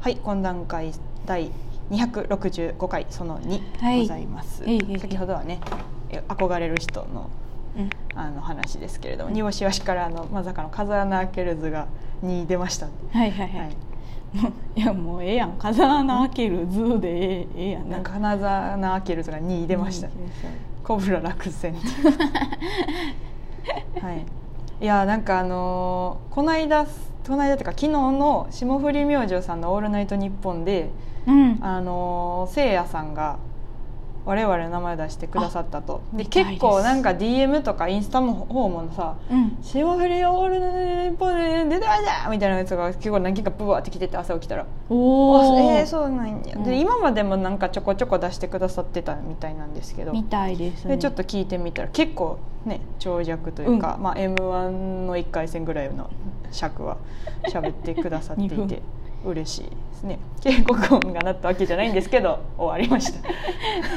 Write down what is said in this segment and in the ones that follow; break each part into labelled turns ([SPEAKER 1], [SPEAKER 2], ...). [SPEAKER 1] はい懇談会第265回その
[SPEAKER 2] は
[SPEAKER 1] 2
[SPEAKER 2] い
[SPEAKER 1] ございます、
[SPEAKER 2] えいえい
[SPEAKER 1] 先ほどはねえ憧れる人の
[SPEAKER 2] うん
[SPEAKER 1] あの話ですけれども煮干しわしからあのまさかの風穴開ける図がに出ました、
[SPEAKER 2] はいはいは
[SPEAKER 1] はい、
[SPEAKER 2] い、もういやもうええやん風穴開ける図でええええやん
[SPEAKER 1] なんか金沢なアケルズが2位出ました、ね、コブラ落 選はいいやなんかあのーこの間この間っていうか昨日の霜降り明星さんの「オールナイトニッポン」で
[SPEAKER 2] うん
[SPEAKER 1] あのーせいやさんが我々の名前出してくださったとで
[SPEAKER 2] 見たいです
[SPEAKER 1] 結構なんか DM とかインスタの方もさ
[SPEAKER 2] うん
[SPEAKER 1] 霜降りオールナイトニッポンで出てましたみたいなやつが結構何件かブワーって来てて朝起きたら
[SPEAKER 2] おお、
[SPEAKER 1] おえー、そうなんや、
[SPEAKER 2] うん
[SPEAKER 1] で今までもなんかちょこちょこ出してくださってたみたいなんですけど、
[SPEAKER 2] みたいですね
[SPEAKER 1] でちょっと聞いてみたら結構ね長尺というか、まあ、m 1の1回戦ぐらいの尺は喋ってくださってい
[SPEAKER 2] 二
[SPEAKER 1] て
[SPEAKER 2] 分
[SPEAKER 1] 嬉しいですね警告音が鳴ったわけじゃないんですけど終わりました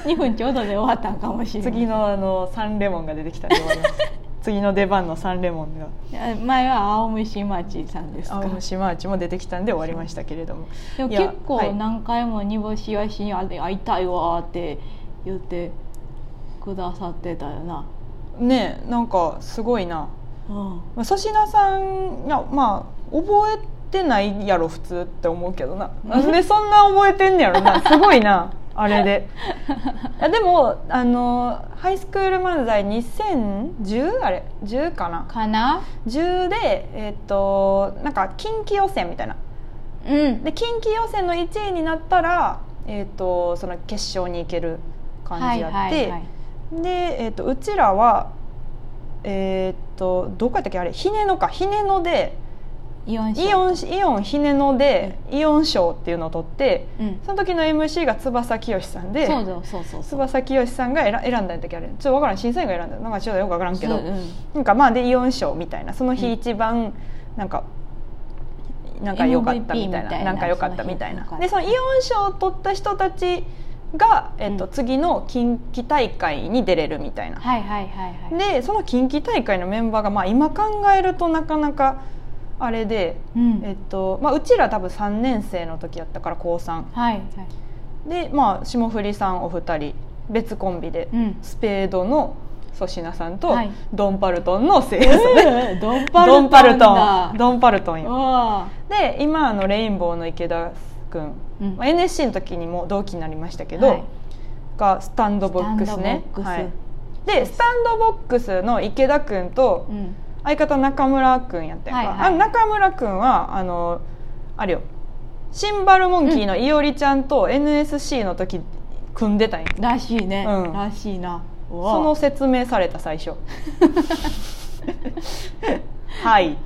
[SPEAKER 2] 2分ちょうどで終わったんかもしれない
[SPEAKER 1] 次のあのサンレモンが出てきたんで終わりました次の出番のサンレモンが
[SPEAKER 2] あ前は青虫町さんですか
[SPEAKER 1] 青虫マーチも出てきたんで終わりましたけれども
[SPEAKER 2] でも
[SPEAKER 1] いや
[SPEAKER 2] 結
[SPEAKER 1] は
[SPEAKER 2] 構
[SPEAKER 1] い
[SPEAKER 2] 何回も煮干しわしに会いたいわーって言ってくださってたよな、
[SPEAKER 1] ねえなんかすごいな
[SPEAKER 2] うん、
[SPEAKER 1] まあ粗品さんいやまあ覚えてないやろ普通って思うけどななんでそんな覚えてんねやろ なすごいなあれ でいやでもあのハイスクール漫才 2010? あれ10かな
[SPEAKER 2] かな
[SPEAKER 1] 10でえっ、となんか近畿予選みたいな
[SPEAKER 2] うん
[SPEAKER 1] で近畿予選の1位になったらえっ、とその決勝に行ける感じやって、で、えー、とうちらはえっ、とどこやったっけあれひねのかひねので
[SPEAKER 2] イオンショ
[SPEAKER 1] イオ
[SPEAKER 2] ー
[SPEAKER 1] ンイオンひねので、イオン賞っていうのを取って
[SPEAKER 2] うん
[SPEAKER 1] その時の MC が翼きよしさんで
[SPEAKER 2] そうだそうそうそう
[SPEAKER 1] 翼きよしさんが選選んだんだっけあれちょっとわからん審査員が選んだなんかちょっとよくわからんけど、
[SPEAKER 2] そううん
[SPEAKER 1] なんかまあでイオン賞みたいなその
[SPEAKER 2] うん
[SPEAKER 1] 日一番なんか、なんか良かったみたい
[SPEAKER 2] MVP み
[SPEAKER 1] な
[SPEAKER 2] たいな
[SPEAKER 1] なんか良かったみたいな
[SPEAKER 2] その日良かった
[SPEAKER 1] でそのイオン賞を取った人たちが、えっと
[SPEAKER 2] うん
[SPEAKER 1] 次の近畿大会に出れるみたいな、
[SPEAKER 2] はいはいはいはい
[SPEAKER 1] でその近畿大会のメンバーが、まあ、今考えるとなかなかあれで、
[SPEAKER 2] うん
[SPEAKER 1] えっとまあ、うちら多分3年生の時やったから高3
[SPEAKER 2] はいはい
[SPEAKER 1] で、まあ、霜降りさんお二人別コンビで、
[SPEAKER 2] うん
[SPEAKER 1] スペードの粗品さんと、
[SPEAKER 2] はい
[SPEAKER 1] ドンパルトンのせいやさん
[SPEAKER 2] ドン
[SPEAKER 1] ドンパルト
[SPEAKER 2] だ
[SPEAKER 1] ンドンパルトンよ
[SPEAKER 2] わ
[SPEAKER 1] で今あのレインボーの池田君、
[SPEAKER 2] ーうん
[SPEAKER 1] まあ、NSC の時にも同期になりましたけど、
[SPEAKER 2] はい
[SPEAKER 1] がスタンドボックスね
[SPEAKER 2] スタンドボックス
[SPEAKER 1] はい、でスタンドボックスの池田君と
[SPEAKER 2] うん
[SPEAKER 1] 相方中村君やったやんか、
[SPEAKER 2] はいはい
[SPEAKER 1] あ中村君はあのあれよシンバルモンキーのいおりちゃんと NSC の時組んでたんよ、
[SPEAKER 2] らしいね
[SPEAKER 1] うん
[SPEAKER 2] らしいなうわ
[SPEAKER 1] その説明された最 初はいってなって
[SPEAKER 2] は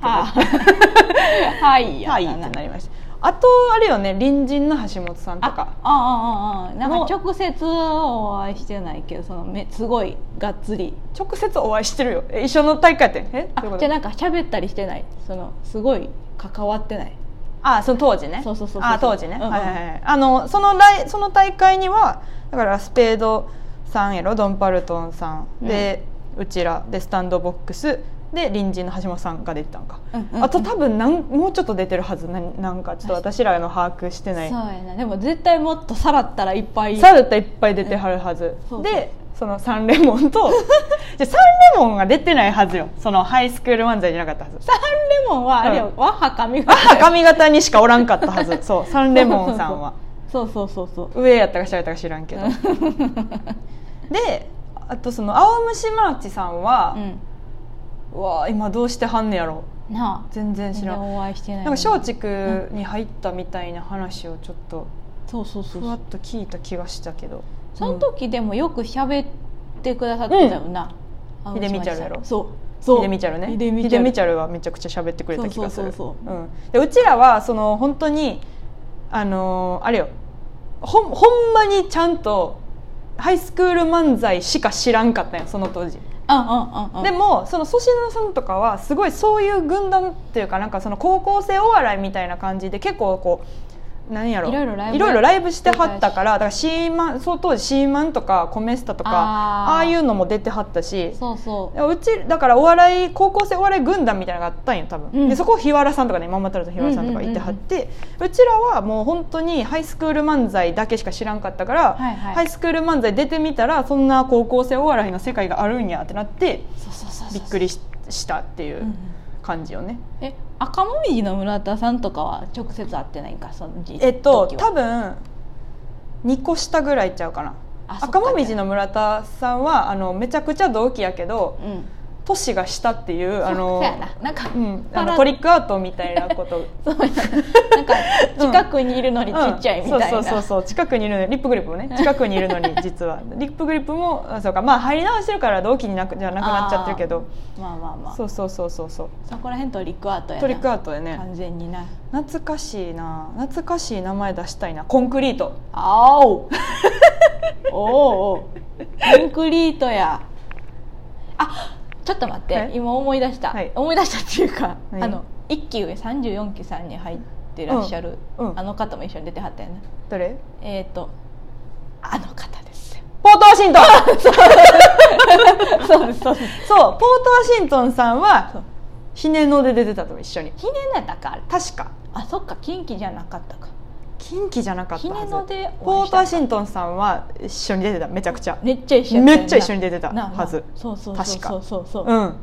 [SPEAKER 2] あ はい
[SPEAKER 1] はいってなりましたあとあれよね隣人の橋本さんと
[SPEAKER 2] あ
[SPEAKER 1] か
[SPEAKER 2] ああああなん
[SPEAKER 1] の
[SPEAKER 2] か直接お会いしてないけどそのめすごいがっつり
[SPEAKER 1] 直接お会いしてるよえ一緒の大会やってんえどういうこと
[SPEAKER 2] あじゃあなんか喋ったりしてないそのすごい関わってない
[SPEAKER 1] あその当時ね
[SPEAKER 2] そうそうそうそう
[SPEAKER 1] あ当時ね、
[SPEAKER 2] うんうん
[SPEAKER 1] はいはいはいあのその来その大会にはだからスペードさんやろドンパルトンさんで、うちらでスタンドボックスで隣人の橋本さんが出てたんか、
[SPEAKER 2] うんうんうん
[SPEAKER 1] あと多分なんもうちょっと出てるはずなんなんかちょっと私らの把握してない
[SPEAKER 2] そうやなでも絶対もっとさらったらいっぱい
[SPEAKER 1] サルタいっぱい出てはるはず
[SPEAKER 2] そう
[SPEAKER 1] でそのサンレモン とじゃあサンレモンが出てないはずよそのハイスクール漫才じゃなかったはず
[SPEAKER 2] サンレモンはあれよ、
[SPEAKER 1] う
[SPEAKER 2] わは髪が
[SPEAKER 1] あ髪型にしかおらんかったはずそうサンレモンさんは
[SPEAKER 2] そうそうそうそう
[SPEAKER 1] 上やったか下やったか知らんけ どであとその青虫マーチさんは
[SPEAKER 2] う、ん
[SPEAKER 1] うわあ今どうしてはんねやろ
[SPEAKER 2] なあ
[SPEAKER 1] 全然知ら
[SPEAKER 2] 全
[SPEAKER 1] ん
[SPEAKER 2] 然お会いしてない
[SPEAKER 1] なんか松竹に入ったみたいな話をちょっと
[SPEAKER 2] そうそうそう
[SPEAKER 1] ふ
[SPEAKER 2] そ
[SPEAKER 1] わ
[SPEAKER 2] う
[SPEAKER 1] っと聞いた気がしたけど
[SPEAKER 2] その時でもよく喋ってくださってたよな、
[SPEAKER 1] ん秀美ちゃんやろ
[SPEAKER 2] そうそう
[SPEAKER 1] ヒデミチャルね
[SPEAKER 2] 秀
[SPEAKER 1] ヒ
[SPEAKER 2] 美ち
[SPEAKER 1] デ
[SPEAKER 2] ゃん
[SPEAKER 1] ミチャルはめちゃくちゃ喋ってくれた気がする
[SPEAKER 2] そうそうそう
[SPEAKER 1] うんでうちらはその本当にあのーあれよほんほんまにちゃんとハイスクール漫才しか知らんかったんよその当時
[SPEAKER 2] うんうんうんうん
[SPEAKER 1] でもその粗品さんとかはすごいそういう軍団っていうかなんかその高校生お笑いみたいな感じで結構こうなんやろ
[SPEAKER 2] いろいろライブ
[SPEAKER 1] いろいろライブしてはったからだからシーマンそう当時シーマンとかコメスタとか
[SPEAKER 2] あー
[SPEAKER 1] ああいうのも出てはったし
[SPEAKER 2] そうそう
[SPEAKER 1] うちだからお笑い高校生お笑い軍団みたいなのがあったんよ多分、
[SPEAKER 2] うん
[SPEAKER 1] でそこ日原さんとかねマンマタルトの日原さんとかいてはって、うちらはもう本当にハイスクール漫才だけしか知らんかったから、
[SPEAKER 2] はいはい
[SPEAKER 1] ハイスクール漫才出てみたらそんな高校生お笑いの世界があるんやってなって
[SPEAKER 2] そうそうそうそう
[SPEAKER 1] びっくりししたっていう
[SPEAKER 2] うんうん
[SPEAKER 1] う感じよね。
[SPEAKER 2] え赤もみじの村田さんとかは直接会ってないんかその時
[SPEAKER 1] えっと
[SPEAKER 2] 時は
[SPEAKER 1] 多分2個下ぐらいちゃうかな
[SPEAKER 2] あそっか
[SPEAKER 1] 赤もみじの村田さんはあのめちゃくちゃ同期やけど
[SPEAKER 2] うん
[SPEAKER 1] 年が下っていうあ
[SPEAKER 2] あ
[SPEAKER 1] の
[SPEAKER 2] のそうやななんか、
[SPEAKER 1] うん、
[SPEAKER 2] パ
[SPEAKER 1] あ
[SPEAKER 2] ラ
[SPEAKER 1] のトリックアウトみたいな こと
[SPEAKER 2] そうやな なんか近くにいるのにちっちゃいみたいな、
[SPEAKER 1] うんそうそうそうそう近くにいるのにリップグリップもね 近くにいるのに実はリップグリップもあそうかまあ入り直してるから同期になくじゃなくなっちゃってるけど
[SPEAKER 2] まあまあまあそ
[SPEAKER 1] そうそうそうそうそう
[SPEAKER 2] こら辺トリックアートやな
[SPEAKER 1] トリックアウトでね
[SPEAKER 2] 完全にな
[SPEAKER 1] 懐かしいな懐かしい名前出したいなコンクリート
[SPEAKER 2] あ おおうおうコンクリートやあちょっと待っ
[SPEAKER 1] は
[SPEAKER 2] て
[SPEAKER 1] い
[SPEAKER 2] 今思い出した、
[SPEAKER 1] はい
[SPEAKER 2] 思い出したっていうか
[SPEAKER 1] はい
[SPEAKER 2] あの1期上34期さんに入ってらっしゃる、
[SPEAKER 1] うんうん
[SPEAKER 2] あの方も一緒に出てはったよね
[SPEAKER 1] どれ
[SPEAKER 2] えっ、ー、とあの方ですよ
[SPEAKER 1] ポートワシントン
[SPEAKER 2] そうですそうで す
[SPEAKER 1] そうポートワシントンさん
[SPEAKER 2] そ
[SPEAKER 1] は
[SPEAKER 2] う
[SPEAKER 1] ひねので出てたと一緒に
[SPEAKER 2] ひねのやったかあれ
[SPEAKER 1] 確か
[SPEAKER 2] あそっか近畿じゃなかったか
[SPEAKER 1] 近畿じゃなかった
[SPEAKER 2] ひ
[SPEAKER 1] は
[SPEAKER 2] ね
[SPEAKER 1] ず
[SPEAKER 2] ので
[SPEAKER 1] ポ
[SPEAKER 2] お会
[SPEAKER 1] ー
[SPEAKER 2] いし
[SPEAKER 1] ト
[SPEAKER 2] た
[SPEAKER 1] ワシントンさんは一緒に出てためちゃくちゃ
[SPEAKER 2] めっちゃ一緒やたよな
[SPEAKER 1] めっちゃ一緒に出てた
[SPEAKER 2] なあなあ
[SPEAKER 1] はず
[SPEAKER 2] そうそうそう
[SPEAKER 1] 確か
[SPEAKER 2] そうそうそう
[SPEAKER 1] うん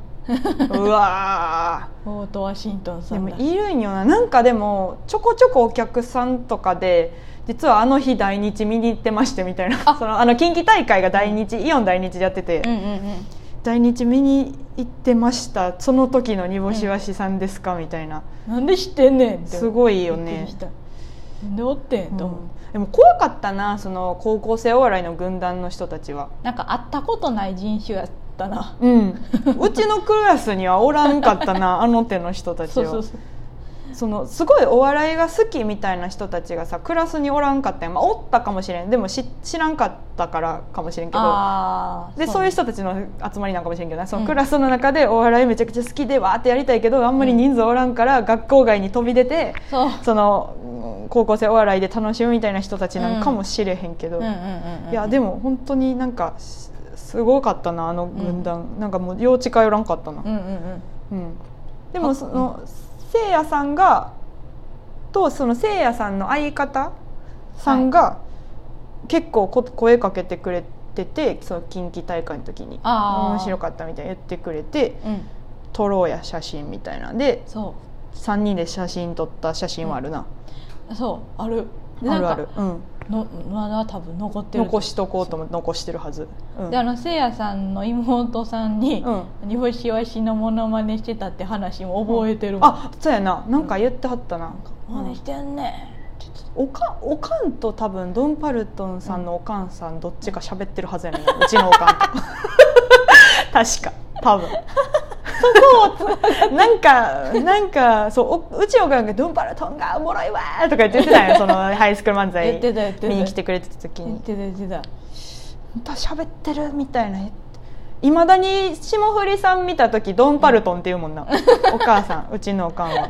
[SPEAKER 1] うわー
[SPEAKER 2] ポートワシントンさ
[SPEAKER 1] で
[SPEAKER 2] ん
[SPEAKER 1] も
[SPEAKER 2] だ
[SPEAKER 1] いるんよななんかでもちょこちょこお客さんとかで実はあの日来日見に行ってましてみたいな
[SPEAKER 2] あ
[SPEAKER 1] そのあの近畿大会が来日、イオン来日でやってて、
[SPEAKER 2] うんうんうん
[SPEAKER 1] 来日見に行ってましたその時の煮干しわしさんですか、みたいな
[SPEAKER 2] なんで知ってんねんって
[SPEAKER 1] すごいよね
[SPEAKER 2] びっくりしたなんでおってんと思う、
[SPEAKER 1] でも怖かったなその高校生お笑いの軍団の人たちは
[SPEAKER 2] なんか会ったことない人種やったな
[SPEAKER 1] うん うちのクラスにはおらんかった なあの手の人たち
[SPEAKER 2] そ
[SPEAKER 1] は
[SPEAKER 2] うそうそう
[SPEAKER 1] そのすごいお笑いが好きみたいな人たちがさクラスにおらんかったんやまあ、おったかもしれんでもし知らんかったからかもしれんけど
[SPEAKER 2] ああ
[SPEAKER 1] でそういう
[SPEAKER 2] 人
[SPEAKER 1] 人たちの集まりなんかもしれんけどなそ
[SPEAKER 2] うん
[SPEAKER 1] のクラスの中でお笑いめちゃくちゃ好きでわーってやりたいけどあんまり人数おらんから学校外に飛び出て、
[SPEAKER 2] そう
[SPEAKER 1] そのうん高校生お笑いで楽しむみたいな人たちなんかもしれへんけど、
[SPEAKER 2] うんうんうんうん
[SPEAKER 1] いやでも本当になんかすすごかったなあの軍団、なんかもう幼稚か寄らんかったな
[SPEAKER 2] うんうんうん
[SPEAKER 1] うん、でもそのせいやさんがとそのせいやさんの相方さんが、結構こ声かけてくれててその近畿大会の時に
[SPEAKER 2] あー
[SPEAKER 1] 面白かったみたいに言ってくれて
[SPEAKER 2] うん
[SPEAKER 1] 撮ろうや写真みたいなんで
[SPEAKER 2] そ
[SPEAKER 1] 3人で写真撮った写真はあるな、
[SPEAKER 2] うそうあるで
[SPEAKER 1] あ
[SPEAKER 2] なん
[SPEAKER 1] る
[SPEAKER 2] か
[SPEAKER 1] ある、うん、
[SPEAKER 2] のまだ多分残ってる
[SPEAKER 1] 残しとこうと思って残してるはず、うん
[SPEAKER 2] であのせいやさんの妹さんに
[SPEAKER 1] うん
[SPEAKER 2] 「煮干しわしのモノマネしてた」って話も覚えてるもん、
[SPEAKER 1] あそうやななんか言ってはったな、
[SPEAKER 2] マ
[SPEAKER 1] うん
[SPEAKER 2] ネしてんねんって言ってた
[SPEAKER 1] おかおかんと多分ドン・パルトンさんのおかんさんどっちか喋ってるはずや ねんなうちのおかんと確か多分なんかなんかそうおうちのおかんが「ドン・パルトンがおもろいわ!」とか言ってたんよ そのハイスクール漫
[SPEAKER 2] 言っ
[SPEAKER 1] 才
[SPEAKER 2] てた言ってた
[SPEAKER 1] 見に来てくれてた時
[SPEAKER 2] 言っ
[SPEAKER 1] に
[SPEAKER 2] てた言ってた
[SPEAKER 1] 「また喋ってる」みたいないまだに霜降りさん見た時ドン・パルトンって言うもん なお母さんうちのおかんは。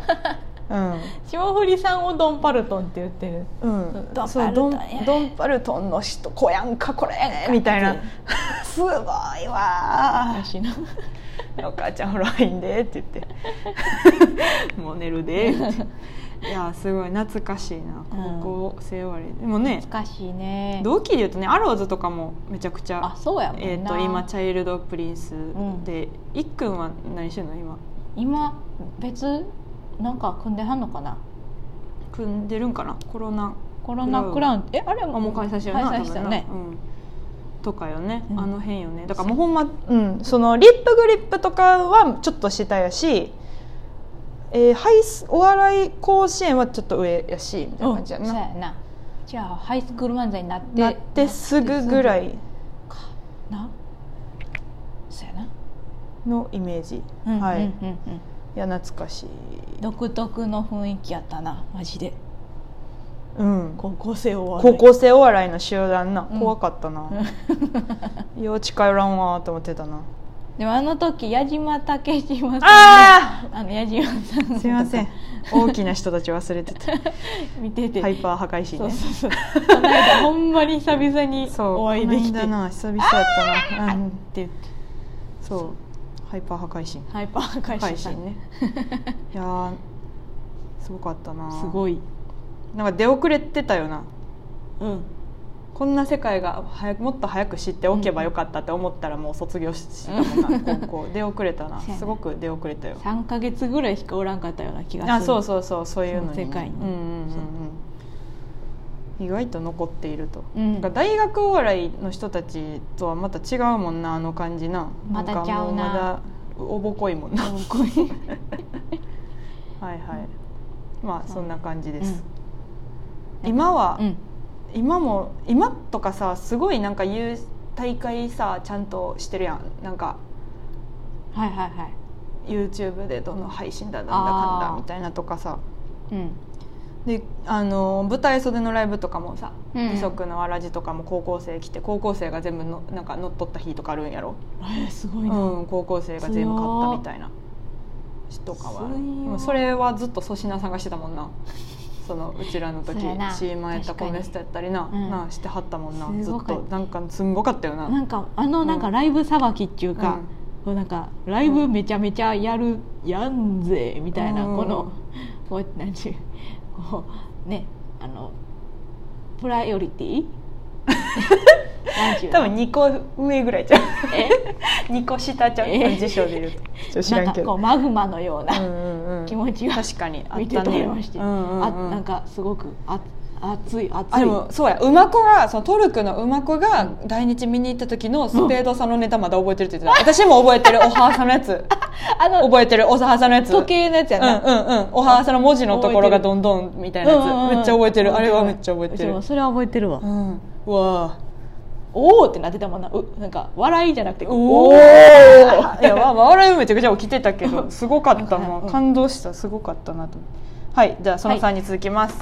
[SPEAKER 1] うん
[SPEAKER 2] 霜降りさんをドンパルトンって言ってる
[SPEAKER 1] うん、
[SPEAKER 2] ドン
[SPEAKER 1] そう
[SPEAKER 2] パル
[SPEAKER 1] ド
[SPEAKER 2] トン
[SPEAKER 1] ン
[SPEAKER 2] や
[SPEAKER 1] ドンパルトンの人子やんかこれみたいな すごいわ
[SPEAKER 2] らしいな
[SPEAKER 1] ーお母ちゃんフロインでって言って もう寝るでっていやーすごい懐かしいな
[SPEAKER 2] うん
[SPEAKER 1] 高校生終わり、でもね
[SPEAKER 2] 懐かしいね
[SPEAKER 1] 同期でいうとねアローズとかもめちゃくち
[SPEAKER 2] あ
[SPEAKER 1] ゃ
[SPEAKER 2] そうやもんな、
[SPEAKER 1] えー、と今チャイルドプリンスで、いっくんは何してんの今
[SPEAKER 2] 今別なんか組んではんのかな
[SPEAKER 1] 組んでるんかなコロナ
[SPEAKER 2] コロナクラウンえあれ
[SPEAKER 1] あもう開催してるな
[SPEAKER 2] 開催したよね
[SPEAKER 1] 多分なうん、とかよね、
[SPEAKER 2] うん
[SPEAKER 1] あの辺よねだからもうほんま、うん、そのリップグリップとかはちょっと下やし、えー、ハイスお笑い甲子園はちょっと上やしみたいな
[SPEAKER 2] う
[SPEAKER 1] 感
[SPEAKER 2] ん
[SPEAKER 1] じ
[SPEAKER 2] そう
[SPEAKER 1] や
[SPEAKER 2] や
[SPEAKER 1] な、
[SPEAKER 2] なじゃあハイスクール漫才になって
[SPEAKER 1] なってすぐぐらい
[SPEAKER 2] なそうやな
[SPEAKER 1] のイメージ、
[SPEAKER 2] うん
[SPEAKER 1] はい、
[SPEAKER 2] うん
[SPEAKER 1] い
[SPEAKER 2] うんうん
[SPEAKER 1] や懐かしい
[SPEAKER 2] 独特の雰囲気やったなマジで
[SPEAKER 1] うん
[SPEAKER 2] 高校生を
[SPEAKER 1] 高校生お笑いの集団な
[SPEAKER 2] うん
[SPEAKER 1] 怖かったな、幼稚帰らんわーと思ってたな
[SPEAKER 2] でもあの時矢島武志もさん
[SPEAKER 1] あ
[SPEAKER 2] あの矢島さん の
[SPEAKER 1] すいません大きな人たち忘れて た
[SPEAKER 2] 見てて
[SPEAKER 1] ハイパー破壊神
[SPEAKER 2] そう
[SPEAKER 1] ね
[SPEAKER 2] そうそうこの間ほんまに久々に
[SPEAKER 1] そう
[SPEAKER 2] お会いできて
[SPEAKER 1] この間な
[SPEAKER 2] っ
[SPEAKER 1] 久々やったな、うん、
[SPEAKER 2] て言って
[SPEAKER 1] そうハイパー破壊神
[SPEAKER 2] ハイパー
[SPEAKER 1] 破
[SPEAKER 2] 開
[SPEAKER 1] 壊
[SPEAKER 2] 始した
[SPEAKER 1] 神ね いやーすごかったな
[SPEAKER 2] すごい
[SPEAKER 1] なんか出遅れてたよな
[SPEAKER 2] うん
[SPEAKER 1] こんな世界が早くもっと早く知っておけばよかったって思ったらもう卒業ししてたもんな、 高校出遅れたな
[SPEAKER 2] そうやね
[SPEAKER 1] すごく出遅れたよ
[SPEAKER 2] 3か月ぐらいしかおらんかったような気がする
[SPEAKER 1] あそうそうそうそういうのにね
[SPEAKER 2] その世界に
[SPEAKER 1] うんうんうんうん、意外と残っていると、
[SPEAKER 2] うん
[SPEAKER 1] なんか大学お笑いの人たちとはまた違うもんなあの感じな
[SPEAKER 2] また
[SPEAKER 1] んかも
[SPEAKER 2] ちゃうな
[SPEAKER 1] まだおぼこいもんな は
[SPEAKER 2] おこい
[SPEAKER 1] いはいまあそんな感じです、
[SPEAKER 2] うん
[SPEAKER 1] 今は、
[SPEAKER 2] うん
[SPEAKER 1] 今も今とかさすごいなんか言う大会さちゃんとしてるやんなんか
[SPEAKER 2] はいはいはい
[SPEAKER 1] YouTube でどの配信だなんだかん
[SPEAKER 2] あ
[SPEAKER 1] だ
[SPEAKER 2] ー
[SPEAKER 1] みたいなとかさ
[SPEAKER 2] うん
[SPEAKER 1] であの舞台袖のライブとかもさ、
[SPEAKER 2] うんうん
[SPEAKER 1] 二足のわらじとかも高校生来て高校生が全部のなんか乗っ取った日とかあるんやろ、
[SPEAKER 2] えーすご
[SPEAKER 1] う
[SPEAKER 2] いな、
[SPEAKER 1] ん、高校生が全部買ったみたいな日とかは
[SPEAKER 2] 強いよ
[SPEAKER 1] うんそれはずっと粗品さんがしてたもんなそのうちらの時
[SPEAKER 2] そうやな
[SPEAKER 1] CM やったコメストやったりな,、
[SPEAKER 2] 確かにうん
[SPEAKER 1] なあしてはったもんなず
[SPEAKER 2] す
[SPEAKER 1] っ
[SPEAKER 2] ごかった
[SPEAKER 1] となんかすんごかったよな
[SPEAKER 2] なんかあのなんかライブさばきっていうか、
[SPEAKER 1] うん
[SPEAKER 2] こうなんかライブめちゃめちゃやるやんぜみたいな、
[SPEAKER 1] うん
[SPEAKER 2] このこうなんちゅうこうねあのプライオリテ ィなんちゅうの
[SPEAKER 1] 多分2個上ぐらいちゃう
[SPEAKER 2] え
[SPEAKER 1] 2個下ちゃう
[SPEAKER 2] え
[SPEAKER 1] 辞書で言うとちょっと知
[SPEAKER 2] な
[SPEAKER 1] ら
[SPEAKER 2] ん
[SPEAKER 1] ん
[SPEAKER 2] か
[SPEAKER 1] け
[SPEAKER 2] こ
[SPEAKER 1] ど
[SPEAKER 2] うマグマのよう
[SPEAKER 1] う
[SPEAKER 2] なん
[SPEAKER 1] うんうん
[SPEAKER 2] 気持ちが
[SPEAKER 1] 確かにあ
[SPEAKER 2] 見
[SPEAKER 1] ってた
[SPEAKER 2] 取
[SPEAKER 1] ね
[SPEAKER 2] れまして、
[SPEAKER 1] うんうんうん
[SPEAKER 2] あなんかすごくあ熱い熱
[SPEAKER 1] あ
[SPEAKER 2] い
[SPEAKER 1] でもそうや馬子がそのトルクの馬子が来日見に行った時のスペードさんのネタまだ覚えてるって言ってた、私も覚え てるおはーさんのやつ
[SPEAKER 2] あの
[SPEAKER 1] 覚えてるおさはさんのやつ
[SPEAKER 2] 時計のやつや
[SPEAKER 1] うん
[SPEAKER 2] な、
[SPEAKER 1] うんうんおはーさんの文字のところがどんどんみたいなやつ、めっちゃ覚えてるあれはめっちゃ覚えてる
[SPEAKER 2] そうそれは覚えてるわ、
[SPEAKER 1] うんうわ
[SPEAKER 2] おおってなってたもんなうなんか笑いじゃなくて
[SPEAKER 1] ーおおいやまあまあ笑いめちゃくちゃ起きてたけどすごかった
[SPEAKER 2] なんか
[SPEAKER 1] も
[SPEAKER 2] うん
[SPEAKER 1] う感動したすごかったなと思ってはいじゃあその3に続きます、